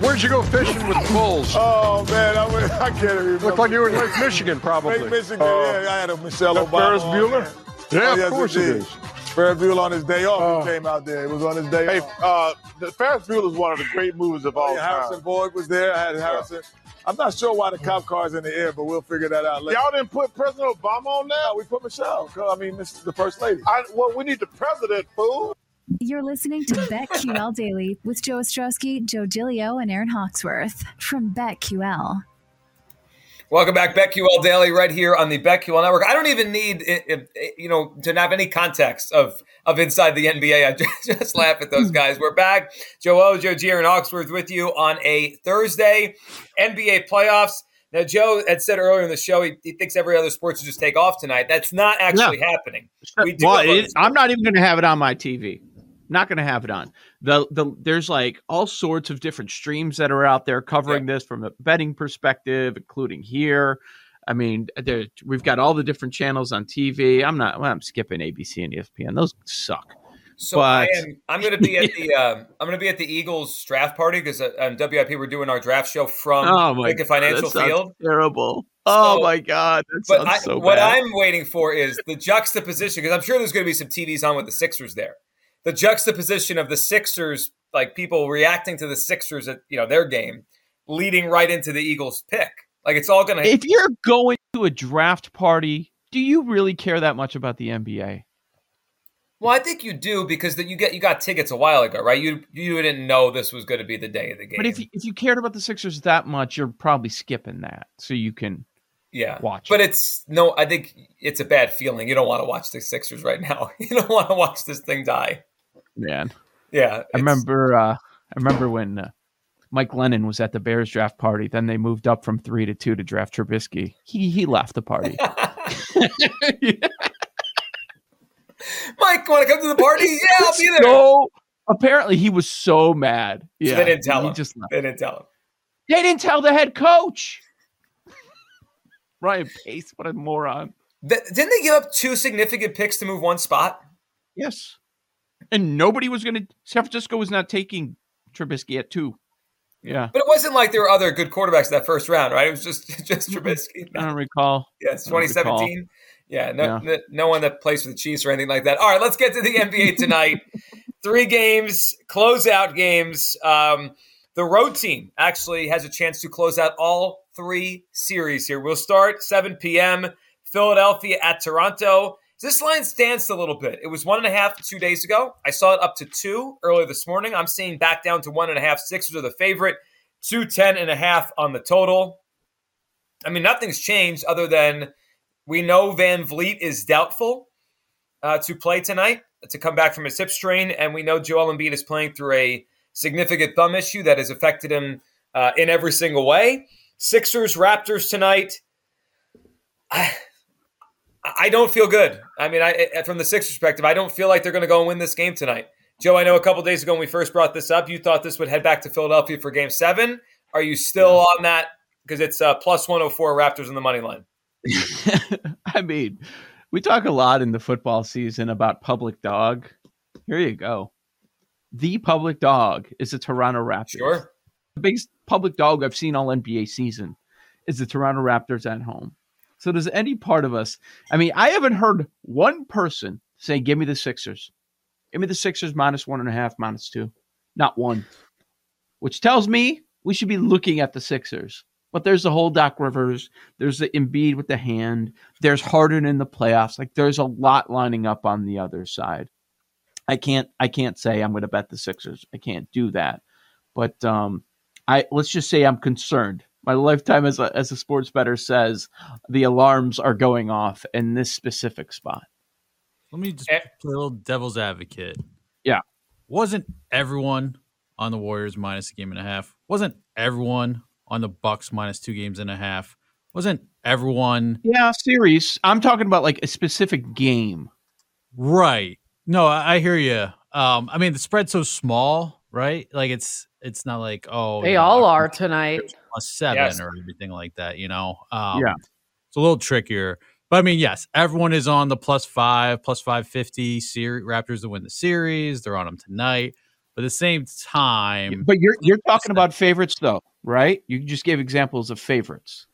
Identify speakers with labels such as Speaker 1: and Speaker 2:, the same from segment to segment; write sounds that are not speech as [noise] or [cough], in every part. Speaker 1: Where'd you go fishing with the bulls?
Speaker 2: Oh man, I, went, [laughs] I can't
Speaker 1: [laughs]
Speaker 2: remember.
Speaker 1: Looked like you were in Lake Michigan, probably. Oh.
Speaker 2: Lake Michigan. yeah, I had a Michelle
Speaker 3: the
Speaker 2: Obama.
Speaker 3: Ferris
Speaker 2: on
Speaker 3: Bueller?
Speaker 2: there.
Speaker 1: Yeah,
Speaker 2: Oh,
Speaker 1: of
Speaker 2: yes,
Speaker 1: course it
Speaker 2: indeed.
Speaker 1: is.
Speaker 2: Ferris Bueller on his day off.
Speaker 3: Oh.
Speaker 2: He came out there. It was on his day
Speaker 3: Hey,
Speaker 2: off.
Speaker 3: uh, the Ferris Bueller is one of the great movies of
Speaker 4: oh,
Speaker 3: all
Speaker 2: Oh, Yeah, Harrison
Speaker 3: time.
Speaker 2: Ford was there. I had Harrison. I'm not sure why the cop car's in the air, but we'll figure that out later.
Speaker 3: Y'all didn't put President Obama on there?
Speaker 2: No, we put Michelle. 'cause, I mean, this is the first lady.
Speaker 3: I, well, we need the president, fool.
Speaker 5: You're listening to BetQL Daily with Joe Ostrowski, Joe Gilio, and Aaron Hawksworth from BetQL.
Speaker 6: Welcome back, BetQL Daily, right here on the BetQL Network. I don't even need, i- i- i- you know, to have any context of of inside the NBA. I [laughs] just, just laugh at
Speaker 7: Hmm.
Speaker 6: those guys. We're back, Joe O, Joe Gier, and Oxford with you on a Thursday, NBA playoffs. Now, Joe had said earlier in the show he, he thinks every other sports will just take off tonight. That's not actually happening. We do
Speaker 7: well,
Speaker 6: have
Speaker 7: it,
Speaker 6: others.
Speaker 7: I'm not even going to have it on my TV. Not going to have it on. The the there's like all sorts of different streams that are out there covering this from a betting perspective, including here. I mean, there, we've got all the different channels on TV. I'm not. Well, I'm skipping ABC and E ESPN. Those suck.
Speaker 6: So I
Speaker 7: But-
Speaker 6: am. I'm going to be at the. Um, I'm going to be at the Eagles draft party because uh, on WIP we're doing our draft show from
Speaker 7: oh my
Speaker 6: Lincoln Financial
Speaker 7: God, that sounds
Speaker 6: Field.
Speaker 7: Terrible. Oh
Speaker 6: So-
Speaker 7: my god, that
Speaker 6: But
Speaker 7: sounds
Speaker 6: I,
Speaker 7: so
Speaker 6: what
Speaker 7: bad.
Speaker 6: I'm waiting for is the juxtaposition because I'm sure there's going to be some TVs on with the Sixers there. The juxtaposition of the Sixers, like people reacting to the Sixers at you know their game, leading right into the Eagles pick. Like it's all going to.
Speaker 7: if you're going to a draft party, do you really care that much about the NBA?
Speaker 6: Well, I think you do because that you get you got tickets a while ago, right? You you didn't know this was going to be the day of the game.
Speaker 7: But if you, if you cared about the Sixers that much, you're probably skipping that so you can
Speaker 6: yeah
Speaker 7: watch
Speaker 6: Uh, but
Speaker 7: it.
Speaker 6: it's no i think it's a bad feeling you don't want to watch the sixers right now [laughs] you don't want to watch this thing die
Speaker 7: man.
Speaker 6: yeah
Speaker 7: I
Speaker 6: it's-
Speaker 7: remember uh, I remember when uh, Mike Lennon was at the Bears draft party. Then they moved up from three to two to draft Trubisky. He he left
Speaker 6: [laughs]
Speaker 7: the party.
Speaker 6: mike want to come to the party yeah i'll be there
Speaker 7: so apparently he was so mad. Yeah,
Speaker 6: they didn't tell
Speaker 7: he
Speaker 6: him.
Speaker 7: Just left.
Speaker 6: they didn't tell him
Speaker 7: They didn't tell the head coach. [laughs] Ryan Pace, what a moron.
Speaker 6: Th- didn't they give up two significant picks to move one spot
Speaker 7: Yes. And nobody was going to. San Francisco was not taking Trubisky at two. Yeah.
Speaker 6: but it wasn't like there were other good quarterbacks that first round right it was just [laughs] just Trubisky.
Speaker 7: [laughs] I don't recall.
Speaker 6: Yeah, it's
Speaker 7: I don't recall.
Speaker 6: 2017. Yeah, no, no, no one that plays for the Chiefs or anything like that. All right, let's get to the
Speaker 7: [laughs]
Speaker 6: NBA tonight. Three games, closeout games. Um, the road team actually has a chance to close out all three series here. We'll start 7 p.m. Philadelphia at Toronto. This line danced a little bit. It was one and a half two days ago. I saw it up to two earlier this morning. I'm seeing back down to one and a half. Sixers are the favorite. Two ten and a half on the total. I mean, nothing's changed other than we know Van Vliet is doubtful uh, to play tonight to come back from his hip strain, and we know Joel Embiid is playing through a significant thumb issue that has affected him uh, in every single way. Sixers Raptors tonight. I, I don't feel good. I mean, I I- from the Sixers perspective, I don't feel like they're going to go and win this game tonight. Joe, I know a couple days ago when we first brought this up, you thought this would head back to Philadelphia for Game Seven. Are you still on that? Because it's uh, plus one hundred four Raptors in the money line.
Speaker 7: I mean, we talk a lot in the football season about public dog. Here you go. The public dog is the Toronto Raptors.
Speaker 6: Sure.
Speaker 7: The biggest public dog I've seen all NBA season is the Toronto Raptors at home. So does any part of us? I mean, I haven't heard one person say, "Give me the Sixers, give me the Sixers minus one and a half, minus two, not one," which tells me we should be looking at the Sixers. But there's the whole Doc Rivers, there's the Embiid with the hand, there's Harden in the playoffs. Like there's a lot lining up on the other side. I can't I can't say I'm going to bet the Sixers. I can't do that. But um, I let's just say I'm concerned. My lifetime as a as a sports better says the alarms are going off in this specific spot.
Speaker 8: Let me just
Speaker 6: Eh.
Speaker 8: play a little devil's advocate.
Speaker 7: Yeah.
Speaker 8: Wasn't everyone on the Warriors minus a game and a half? Wasn't everyone on the Bucks minus two games and a half? Wasn't everyone
Speaker 7: Yeah, series. I'm talking about like a specific game.
Speaker 8: right? No, I, I hear you. Um, I mean the spread's so small, right? Like it's it's not like oh
Speaker 9: They
Speaker 8: you know,
Speaker 9: all
Speaker 8: I'm
Speaker 9: are tonight.
Speaker 8: plus seven
Speaker 6: Yes.
Speaker 8: or everything like that, you know? Um,
Speaker 7: Yeah.
Speaker 8: It's a little trickier. But I mean, yes, everyone is on the plus five, plus 550 series. Raptors to win the series. They're on them tonight. But But at the same time,
Speaker 7: But you're you're talking about favorites though, right? You just gave examples of favorites.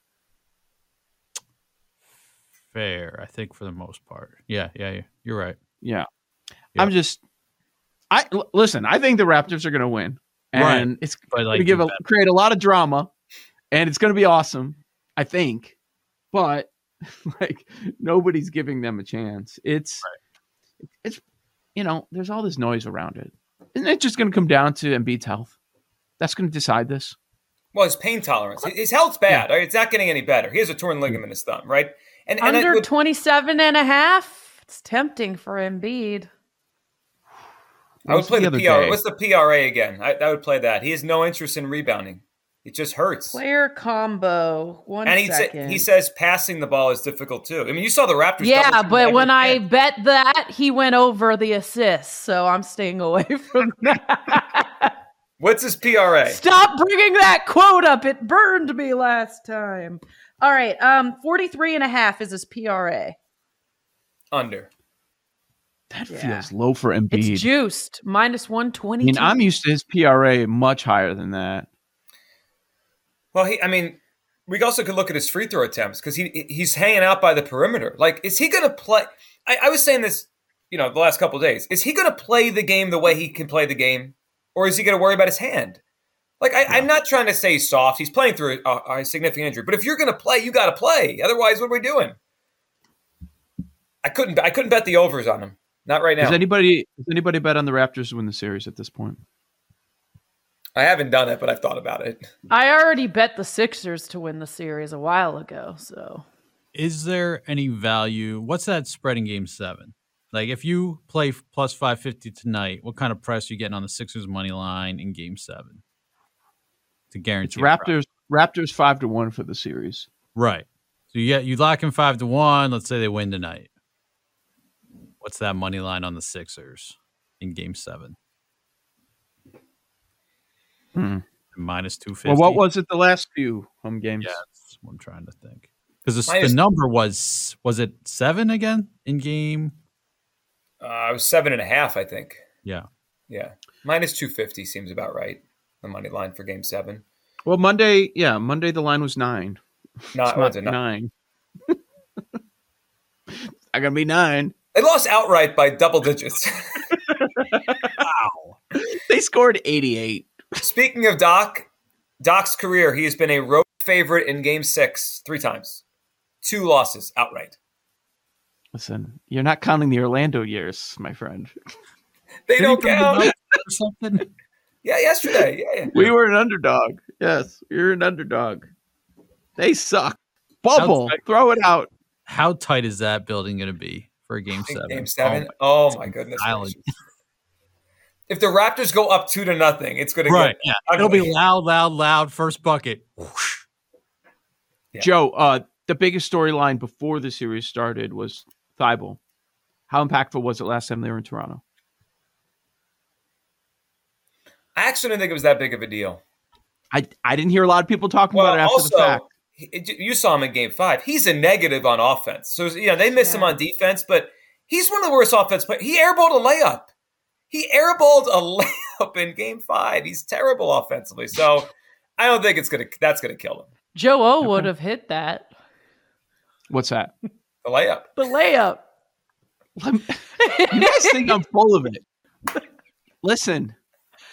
Speaker 8: fair. I think for the most part. Yeah, yeah, yeah. You're right.
Speaker 7: Yeah.
Speaker 8: Yeah.
Speaker 7: I'm just I l- listen, I think the Raptors are going to win.
Speaker 8: Right.
Speaker 7: And it's
Speaker 8: But
Speaker 7: going
Speaker 8: like
Speaker 7: to give
Speaker 8: you
Speaker 7: a, create a lot of drama and it's going to be awesome, I think. But [laughs] like nobody's giving them a chance. It's it's you know, there's all this noise around it. Isn't it just going to come down to Embiid's health? That's going to decide this.
Speaker 6: Well, his pain tolerance, his his health's bad. all right? It's not getting any better. He has a torn ligament in his thumb, right? And and I,
Speaker 9: Under
Speaker 6: would-
Speaker 9: 27 and a half. It's tempting for Embiid.
Speaker 6: I would
Speaker 7: What's
Speaker 6: play the,
Speaker 7: other
Speaker 6: PRA.
Speaker 7: day?
Speaker 6: What's the PRA again? I, I would play that. He has no interest in rebounding. It just hurts.
Speaker 9: Player combo. One
Speaker 6: and he sa-
Speaker 9: second.
Speaker 6: he says passing the ball is difficult too. I mean, you saw the Raptors. double
Speaker 9: yeah,
Speaker 6: team
Speaker 9: but
Speaker 6: every
Speaker 9: when I
Speaker 6: man.
Speaker 9: bet that, he went over the assists, so I'm staying away [laughs] from that.
Speaker 6: what's his PRA?
Speaker 9: Stop bringing that quote up. It burned me last time. All right. Um 43 and a half is his PRA.
Speaker 6: Under.
Speaker 7: That
Speaker 9: Yeah.
Speaker 7: feels low for Embiid.
Speaker 9: It's E juiced. Minus
Speaker 7: I
Speaker 9: 120.
Speaker 7: mean, I'm used to his PRA much higher than that.
Speaker 6: Well, he. I mean, we also could look at his free throw attempts because he he's hanging out by the perimeter. Like, is he going to play? I, I was saying this, you know, the last couple of days. Is he going to play the game the way he can play the game, or is he going to worry about his hand? Like, I, I'm not trying to say he's soft. He's playing through a, a significant injury, but if you're going to play, you got to play. Otherwise, what are we doing? I couldn't. I couldn't bet the overs on him. Not right now.
Speaker 7: Does anybody does anybody bet on the Raptors to win the series at this point?
Speaker 6: I haven't done it, but I've thought about it.
Speaker 9: I already bet the Sixers to win the series a while ago, so
Speaker 8: Is there any value? What's that spread in game seven? Like if you play f- plus 550 tonight, what kind of price are you getting on the Sixers money line in game seven? To
Speaker 7: It's
Speaker 8: guarantee a profit.
Speaker 7: Raptors Raptors five to one for the series.
Speaker 8: Right. So you get you lock in five to one. Let's say they win tonight. What's that money line on the Sixers in game seven?
Speaker 7: Hmm.
Speaker 8: Minus two fifty.
Speaker 7: Well, what was it the last few home games?
Speaker 8: Yeah, that's what I'm trying to think. Because the,
Speaker 6: Minus-
Speaker 8: number was was it seven again in game?
Speaker 6: Uh, I was seven and a half, I think.
Speaker 8: Yeah.
Speaker 6: Yeah, minus two fifty seems about right. The money line for Game Seven.
Speaker 7: Well, Monday, yeah, Monday the line was nine.
Speaker 6: Not,
Speaker 7: It's not
Speaker 6: was it not-
Speaker 7: nine. [laughs] I gotta be nine.
Speaker 6: They lost outright by double digits. [laughs]
Speaker 7: They scored eighty-eight.
Speaker 6: Speaking of Doc, Doc's career, he has been a road favorite in Game Six three times, two losses outright.
Speaker 7: Listen, you're not counting the Orlando years, my friend.
Speaker 6: They don't
Speaker 8: Didn't he come
Speaker 6: count. [laughs]
Speaker 8: to Dallas or something?
Speaker 6: Yeah, yesterday. Yeah, yeah.
Speaker 7: We were an underdog. Yes, you're an underdog. They suck. Bubble,
Speaker 8: Outside-
Speaker 7: throw it out.
Speaker 8: How tight is that building going to be for game
Speaker 6: Big
Speaker 8: seven?
Speaker 6: Game
Speaker 8: Oh
Speaker 6: Seven.
Speaker 8: my-
Speaker 6: Oh my goodness.
Speaker 8: Island.
Speaker 6: gracious. If the Raptors go up two to nothing, it's going to
Speaker 8: Right.
Speaker 6: get
Speaker 8: Yeah.
Speaker 6: ugly.
Speaker 8: It'll be loud, loud, loud. First bucket.
Speaker 6: Yeah.
Speaker 7: Joe, uh, the biggest storyline before the series started was Thibault. How impactful was it last time they were in Toronto?
Speaker 6: I actually didn't think it was that big of a deal.
Speaker 7: I I didn't hear a lot of people talking about it after the fact.
Speaker 6: he- it- you saw him in game five. He's a negative on offense. So, you know, they miss him
Speaker 9: Yeah.
Speaker 6: on defense, but he's one of the worst offense players. He airballed a layup. He airballed a [laughs] layup in game five. He's terrible offensively. So I don't think it's going to, that's going to kill him.
Speaker 9: Joe O would have hit that.
Speaker 7: What's that?
Speaker 6: The layup.
Speaker 9: The layup. [laughs]
Speaker 7: Lem- you guys think I'm full of it? Listen,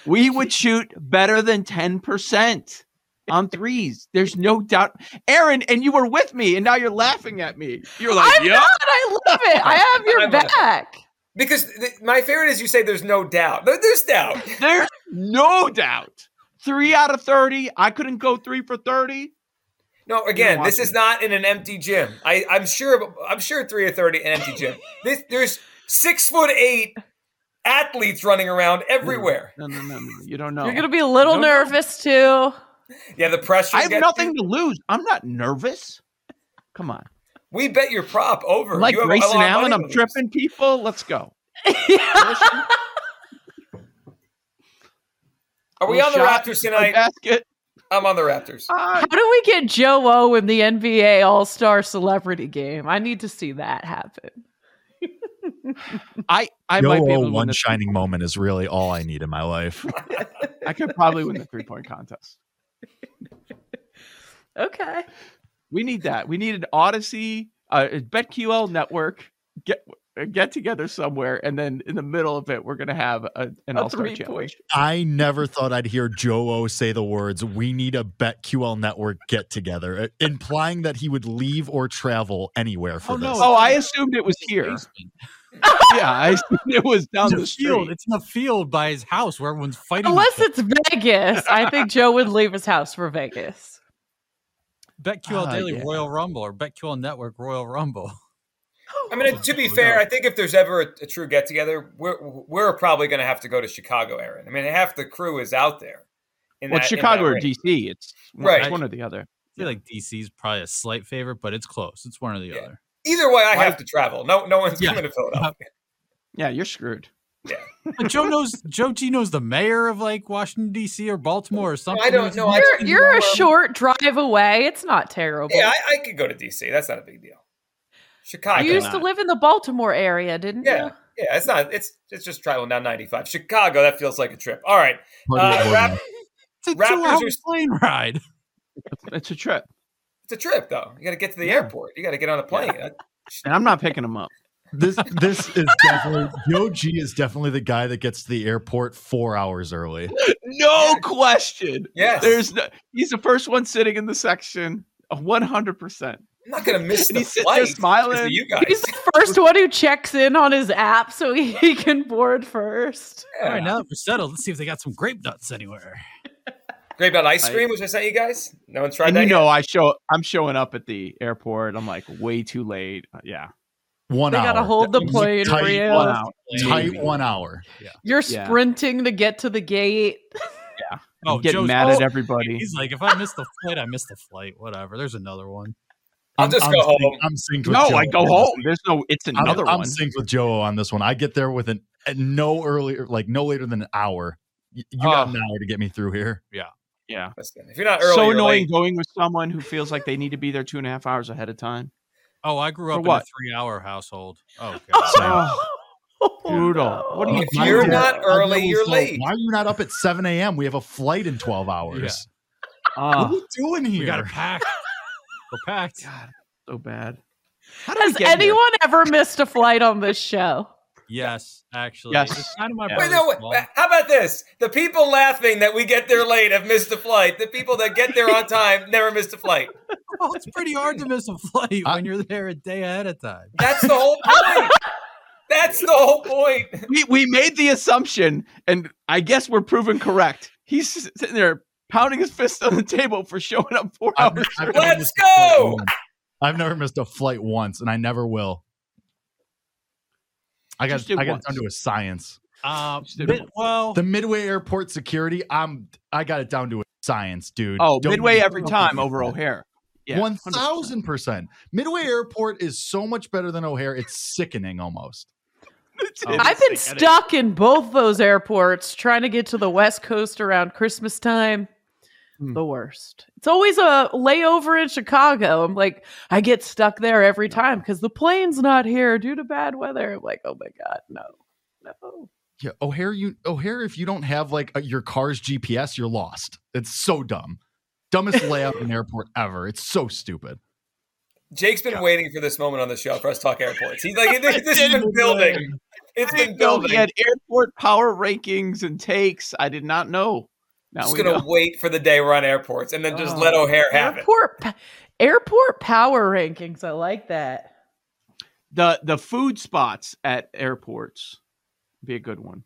Speaker 7: we would shoot better than 10% on threes. There's no doubt. Aaron, and you were with me, and now you're laughing at me. You're like,
Speaker 9: I'm
Speaker 7: yeah.
Speaker 9: not. I love it. I have your
Speaker 6: I'm not.
Speaker 9: back.
Speaker 6: Because th- my favorite is you say there's no doubt. There- There's doubt.
Speaker 7: There's no doubt. Three out of 30. I couldn't go three for 30.
Speaker 6: No, again,
Speaker 7: You're
Speaker 6: this is not in an empty gym. I, I'm sure. I'm sure three or thirty in an empty gym. This, there's six foot eight athletes running around everywhere.
Speaker 7: No, no, no, no. You don't know.
Speaker 9: You're gonna be a little
Speaker 7: No, no.
Speaker 9: nervous too.
Speaker 6: Yeah, the pressure.
Speaker 7: I have
Speaker 6: gets
Speaker 7: nothing
Speaker 6: you.
Speaker 7: to lose. I'm not nervous. Come on.
Speaker 6: We bet your prop over.
Speaker 7: I'm like
Speaker 6: You have a
Speaker 7: Grayson
Speaker 6: lot of
Speaker 7: Allen.
Speaker 6: money
Speaker 7: I'm
Speaker 6: to lose.
Speaker 7: tripping people. Let's go.
Speaker 6: Are we on the
Speaker 7: Little shot, Uh,
Speaker 6: Raptors tonight?
Speaker 7: Basket.
Speaker 6: I'm on the Raptors.
Speaker 9: How do we get Joe O in the NBA All Star Celebrity Game? I need to see that happen.
Speaker 7: I I
Speaker 4: Yo,
Speaker 1: oh,
Speaker 4: oh,
Speaker 7: might be able to win
Speaker 4: one
Speaker 7: the
Speaker 4: shining moment is really all I need in my
Speaker 6: [laughs]
Speaker 4: life.
Speaker 7: I could probably win the three point contest.
Speaker 9: Okay.
Speaker 7: We need that. We need an Odyssey, uh, a BetQL network get uh, get together somewhere, and then in the middle of it, we're gonna have a, an all star challenge.
Speaker 4: I never thought I'd hear Joe O say the words, we need a BetQL network get together, uh, implying that he would leave or travel anywhere for
Speaker 8: Oh,
Speaker 4: this.
Speaker 8: no,
Speaker 7: Oh, I assumed it was here. [laughs] Yeah, I assumed it was down
Speaker 8: It's a
Speaker 7: the
Speaker 8: field.
Speaker 7: street.
Speaker 8: It's in a field by his house where everyone's fighting.
Speaker 9: Unless it's Vegas, I think Joe would leave his house for Vegas.
Speaker 8: BetQL
Speaker 7: Ah,
Speaker 8: Daily
Speaker 7: yeah.
Speaker 8: Royal Rumble or BetQL Network Royal Rumble. [laughs]
Speaker 6: I mean, to be fair, I think if there's ever a, a true get together, we're we're probably going to have to go to Chicago, Aaron. I mean, half the crew is out there. In
Speaker 7: Well,
Speaker 6: that-
Speaker 7: it's
Speaker 6: in that
Speaker 7: Chicago or
Speaker 6: ring.
Speaker 7: DC. It's one,
Speaker 6: Right.
Speaker 7: it's one or the other.
Speaker 8: I feel like DC's probably a slight favorite, but it's close. It's one or the
Speaker 6: Yeah. [laughs]
Speaker 8: other.
Speaker 6: Either way, I have to travel. No, no one's
Speaker 8: Yeah.
Speaker 6: coming to Philadelphia.
Speaker 7: Uh, Yeah, you're screwed.
Speaker 8: But Joe knows Joe G knows the mayor of like Washington D.C. or Baltimore or something.
Speaker 6: I don't
Speaker 8: He's-
Speaker 6: know. I
Speaker 9: You're,
Speaker 6: just-
Speaker 9: you're a short drive away. It's not terrible.
Speaker 6: Yeah, I, I could go to DC. That's not a big deal. Chicago.
Speaker 9: you used to live in the Baltimore area, didn't
Speaker 6: Yeah.
Speaker 9: you?
Speaker 6: Yeah, it's not. It's it's just traveling down 95. Chicago. That feels like a trip. All right.
Speaker 7: Oh,
Speaker 4: Party
Speaker 6: Uh,
Speaker 4: of
Speaker 6: Rap-
Speaker 4: one.
Speaker 8: It's a
Speaker 6: Raptors
Speaker 8: two-hour
Speaker 6: are-
Speaker 8: plane
Speaker 6: [laughs]
Speaker 8: ride.
Speaker 7: It's a trip,
Speaker 6: It's a trip though. You got to get to the airport. You got to get on a plane.
Speaker 7: and
Speaker 8: [laughs]
Speaker 7: I'm not picking them up.
Speaker 4: this this is definitely Joe G is definitely the guy that gets to the airport four hours early.
Speaker 7: No question.
Speaker 6: Yes.
Speaker 7: There's no, he's the first one sitting in the section. 100. percent
Speaker 6: I'm not gonna miss
Speaker 7: And
Speaker 6: the
Speaker 7: he's sitting
Speaker 6: flight.
Speaker 7: there
Speaker 6: because of
Speaker 7: smiling.
Speaker 6: You guys.
Speaker 9: He's the first one who checks in on his app so he can board first.
Speaker 6: Yeah.
Speaker 8: All right, now that we're settled, let's see if they got some grape
Speaker 6: [laughs]
Speaker 8: nuts anywhere.
Speaker 6: Grape Nut ice
Speaker 7: I-
Speaker 6: cream, which I sent you guys. No one's tried
Speaker 7: and
Speaker 6: that.
Speaker 7: you
Speaker 6: yet?
Speaker 7: know, I show I'm showing up at the airport. I'm like way too late. uh, Yeah,
Speaker 4: One
Speaker 9: They
Speaker 4: hour.
Speaker 9: gotta hold the
Speaker 4: Tight
Speaker 9: plane
Speaker 4: one
Speaker 9: real.
Speaker 7: one
Speaker 4: hour.
Speaker 7: out.
Speaker 4: Tight one hour.
Speaker 9: You're
Speaker 7: Yeah.
Speaker 9: sprinting to get to the gate.
Speaker 8: Oh,
Speaker 7: Getting
Speaker 8: Joe's
Speaker 7: mad
Speaker 8: oh,
Speaker 7: at everybody.
Speaker 8: He's like, if I miss the flight, I miss the flight. Whatever. There's another one.
Speaker 6: I'll
Speaker 4: I'm-
Speaker 6: just
Speaker 4: I'm
Speaker 6: go
Speaker 4: synced-
Speaker 6: home.
Speaker 4: I'm synced with
Speaker 7: No,
Speaker 4: Joe
Speaker 7: I go
Speaker 4: on this.
Speaker 7: home. There's no. It's
Speaker 4: I'm,
Speaker 7: another
Speaker 4: I'm
Speaker 7: one.
Speaker 4: synced with Joe on this one. I get there with an at no earlier, like no later than an hour. Y- You got
Speaker 7: Oh.
Speaker 4: an hour to get me through here.
Speaker 7: yeah.
Speaker 6: Listen, if you're not early,
Speaker 7: so
Speaker 6: you're
Speaker 7: annoying
Speaker 6: late.
Speaker 7: going with someone who feels like they need to be there two and a half hours ahead of time.
Speaker 8: Oh, I grew
Speaker 7: For
Speaker 8: up in a
Speaker 7: what?
Speaker 8: three-hour household. Oh, God.
Speaker 7: Oh,
Speaker 9: [laughs]
Speaker 7: brutal. What do you
Speaker 4: Like,
Speaker 6: If
Speaker 4: my
Speaker 6: you're
Speaker 4: dad-
Speaker 6: not
Speaker 4: my dad
Speaker 6: early,
Speaker 4: was
Speaker 6: you're
Speaker 4: like,
Speaker 6: late.
Speaker 4: Why are you not up at 7 a.m.? We have a flight in 12 hours. What
Speaker 7: Ah,
Speaker 4: are you doing
Speaker 8: we got
Speaker 4: here?
Speaker 8: to pack. We're packed.
Speaker 7: God, so bad. How did we
Speaker 9: Has
Speaker 7: get here?
Speaker 9: anyone ever missed a flight on this show?
Speaker 8: Yes, actually.
Speaker 7: Yes.
Speaker 8: It's kind of my
Speaker 7: Yeah.
Speaker 6: Wait,
Speaker 8: brother's
Speaker 6: no,
Speaker 8: fault.
Speaker 6: wait, how about this? The people laughing that we get there late have missed a flight. The people that get there on
Speaker 7: [laughs]
Speaker 6: time never missed a flight.
Speaker 8: Well, [laughs] it's pretty hard to miss a flight
Speaker 4: I-
Speaker 8: when you're there a day ahead of time.
Speaker 6: That's the whole point. That's the whole point.
Speaker 7: we we made the assumption, and I guess we're proven correct. He's sitting there pounding his fist on the table for showing up four
Speaker 4: I've- [laughs]
Speaker 7: hours.
Speaker 4: I've
Speaker 7: early.
Speaker 4: never
Speaker 6: Oh,
Speaker 4: missed a flight
Speaker 6: Let's go!
Speaker 4: once. I've never missed a flight once, and I never will. I got
Speaker 7: Just do
Speaker 4: I got
Speaker 7: once.
Speaker 4: down to a science.
Speaker 8: Um,
Speaker 7: Just did
Speaker 8: mid-
Speaker 7: it.
Speaker 8: well,
Speaker 4: The Midway Airport security, I'm I got it down to a science, dude.
Speaker 7: Oh,
Speaker 4: Don't
Speaker 7: midway
Speaker 4: even
Speaker 7: every
Speaker 4: fucking
Speaker 7: time
Speaker 4: do
Speaker 7: over
Speaker 4: that.
Speaker 7: O'Hare. Yeah,
Speaker 4: One
Speaker 7: 100%.
Speaker 4: thousand percent. Midway Airport is so much better than O'Hare. It's sickening almost.
Speaker 7: It's-
Speaker 8: Oh.
Speaker 7: it's-
Speaker 9: I've been
Speaker 7: they get it.
Speaker 9: stuck in both those airports trying to get to the West Coast around Christmas time.
Speaker 7: Hmm.
Speaker 9: The worst. It's always a layover in Chicago. I'm like, I get stuck there every time because the plane's not here due to bad weather. I'm like, oh my God, no, no.
Speaker 4: Yeah, O'Hare, you O'Hare, if you don't have like a, your car's GPS, you're lost. It's so dumb. Dumbest layout
Speaker 8: [laughs]
Speaker 4: in an airport ever. It's so stupid.
Speaker 6: Jake's been waiting for this moment on the show for us to talk airports. He's
Speaker 7: [laughs]
Speaker 6: like, this, this has been building. It's [laughs]
Speaker 7: I didn't
Speaker 6: been
Speaker 7: know he
Speaker 6: building.
Speaker 7: had airport power rankings and takes. I did not know. Now
Speaker 6: Just
Speaker 7: we
Speaker 6: gonna
Speaker 7: know. Oh.
Speaker 6: wait for the day we're on airports and then just let O'Hare have it.
Speaker 9: Airport, pa- airport power rankings. I like that.
Speaker 7: the the food spots at airports be a good one.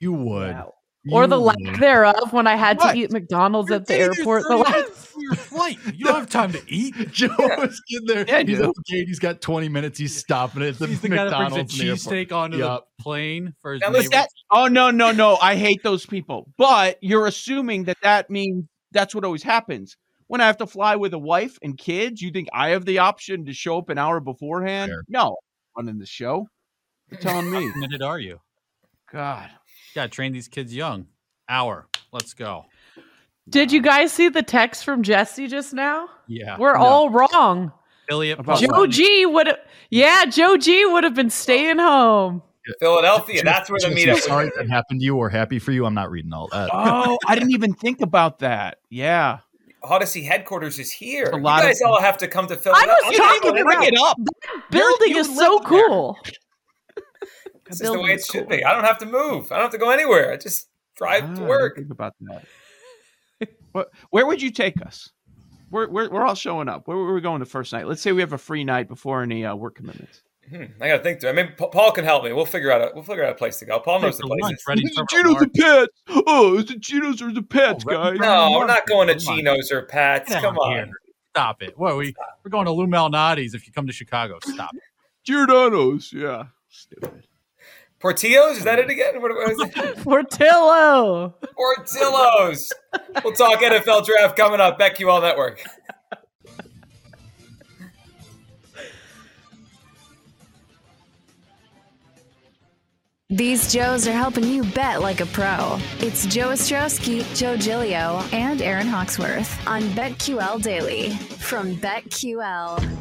Speaker 4: You would.
Speaker 9: Wow. Or the
Speaker 4: You
Speaker 9: lack
Speaker 8: [laughs]
Speaker 4: would. [laughs]
Speaker 9: there's when I had
Speaker 7: What?
Speaker 9: to eat McDonald's
Speaker 8: you're
Speaker 9: at the
Speaker 8: getting there
Speaker 9: airport. The
Speaker 8: 30 minutes
Speaker 9: last
Speaker 8: before your flight. You don't have time to eat.
Speaker 4: Joe was in there.
Speaker 7: Yeah, I
Speaker 4: he's
Speaker 7: do.
Speaker 4: at the gate. He's got 20 minutes. He's stopping at [laughs] the
Speaker 8: He's the guy that brings
Speaker 4: McDonald's
Speaker 8: a
Speaker 4: in the airport.
Speaker 8: cheesesteak onto
Speaker 4: Yup.
Speaker 8: the plane for his
Speaker 6: Now, listen,
Speaker 8: neighbor.
Speaker 6: They
Speaker 7: That- oh no no no! I hate those people. But you're assuming that that means that's what always happens. When I have to fly with a wife and kids, you think I have the option to show up an hour beforehand?
Speaker 4: Fair.
Speaker 7: No, running the show. You're telling me,
Speaker 8: committed are you?
Speaker 6: [laughs]
Speaker 7: God,
Speaker 8: Got to train these kids young. Hour. Let's go.
Speaker 9: Did you guys see the text from Jesse just now?
Speaker 8: Yeah.
Speaker 9: We're all wrong.
Speaker 8: affiliate.
Speaker 6: Oh,
Speaker 7: About
Speaker 8: partner.
Speaker 9: Joe G would have, yeah, Joe G would have been staying home.
Speaker 6: Philadelphia. That's where the
Speaker 4: Jesse,
Speaker 6: meetup.
Speaker 4: Sorry that happened to you or happy for you. I'm not reading all that.
Speaker 7: Oh, I didn't even think about that. Yeah.
Speaker 6: Odyssey headquarters is here.
Speaker 7: a
Speaker 6: You
Speaker 7: lot of-
Speaker 6: guys all have to come to Philadelphia.
Speaker 9: was
Speaker 6: I'm
Speaker 9: talking
Speaker 6: not-
Speaker 9: about-
Speaker 7: it up.
Speaker 9: Building
Speaker 7: you
Speaker 9: is so
Speaker 7: live there.
Speaker 9: cool.
Speaker 6: This is the
Speaker 9: building
Speaker 6: way it
Speaker 9: is
Speaker 6: should
Speaker 9: cool.
Speaker 6: be. I don't have to move. I don't have to go anywhere. I just drive
Speaker 7: Ah, I
Speaker 6: to
Speaker 7: didn't
Speaker 6: work.
Speaker 7: Think about that. What, where would you take us? We're, we're, we're all showing up. Where were we going the first night? Let's say we have a free night before any uh, work commitments.
Speaker 6: Hmm, I got to think through. it. Maybe Pa- Paul can help me. We'll figure out. A, we'll figure out a place to go. Paul knows the
Speaker 8: Take the lunch,
Speaker 6: places.
Speaker 8: ready
Speaker 7: Is it
Speaker 8: terminal
Speaker 7: Geno's or
Speaker 8: mark.
Speaker 7: Pats? Oh, is it Geno's or the Pats, guys?
Speaker 6: No, we're not going to
Speaker 8: Come on.
Speaker 6: Geno's or Pat's.
Speaker 8: Get
Speaker 6: Come
Speaker 8: out
Speaker 6: on.
Speaker 8: here. Stop it. What are we? We're going to Lou Malnati's if you come to Chicago. Stop. it.
Speaker 7: Giordano's. Yeah. Stupid.
Speaker 6: Portillo's? Is that it again? What, what is it?
Speaker 9: [laughs] Portillo.
Speaker 6: Portillo's. We'll talk NFL draft coming up. BetQL Network.
Speaker 5: These Joes are helping you bet like a pro. It's Joe Ostrowski, Joe Gilio, and Aaron Hawksworth on BetQL Daily from BetQL.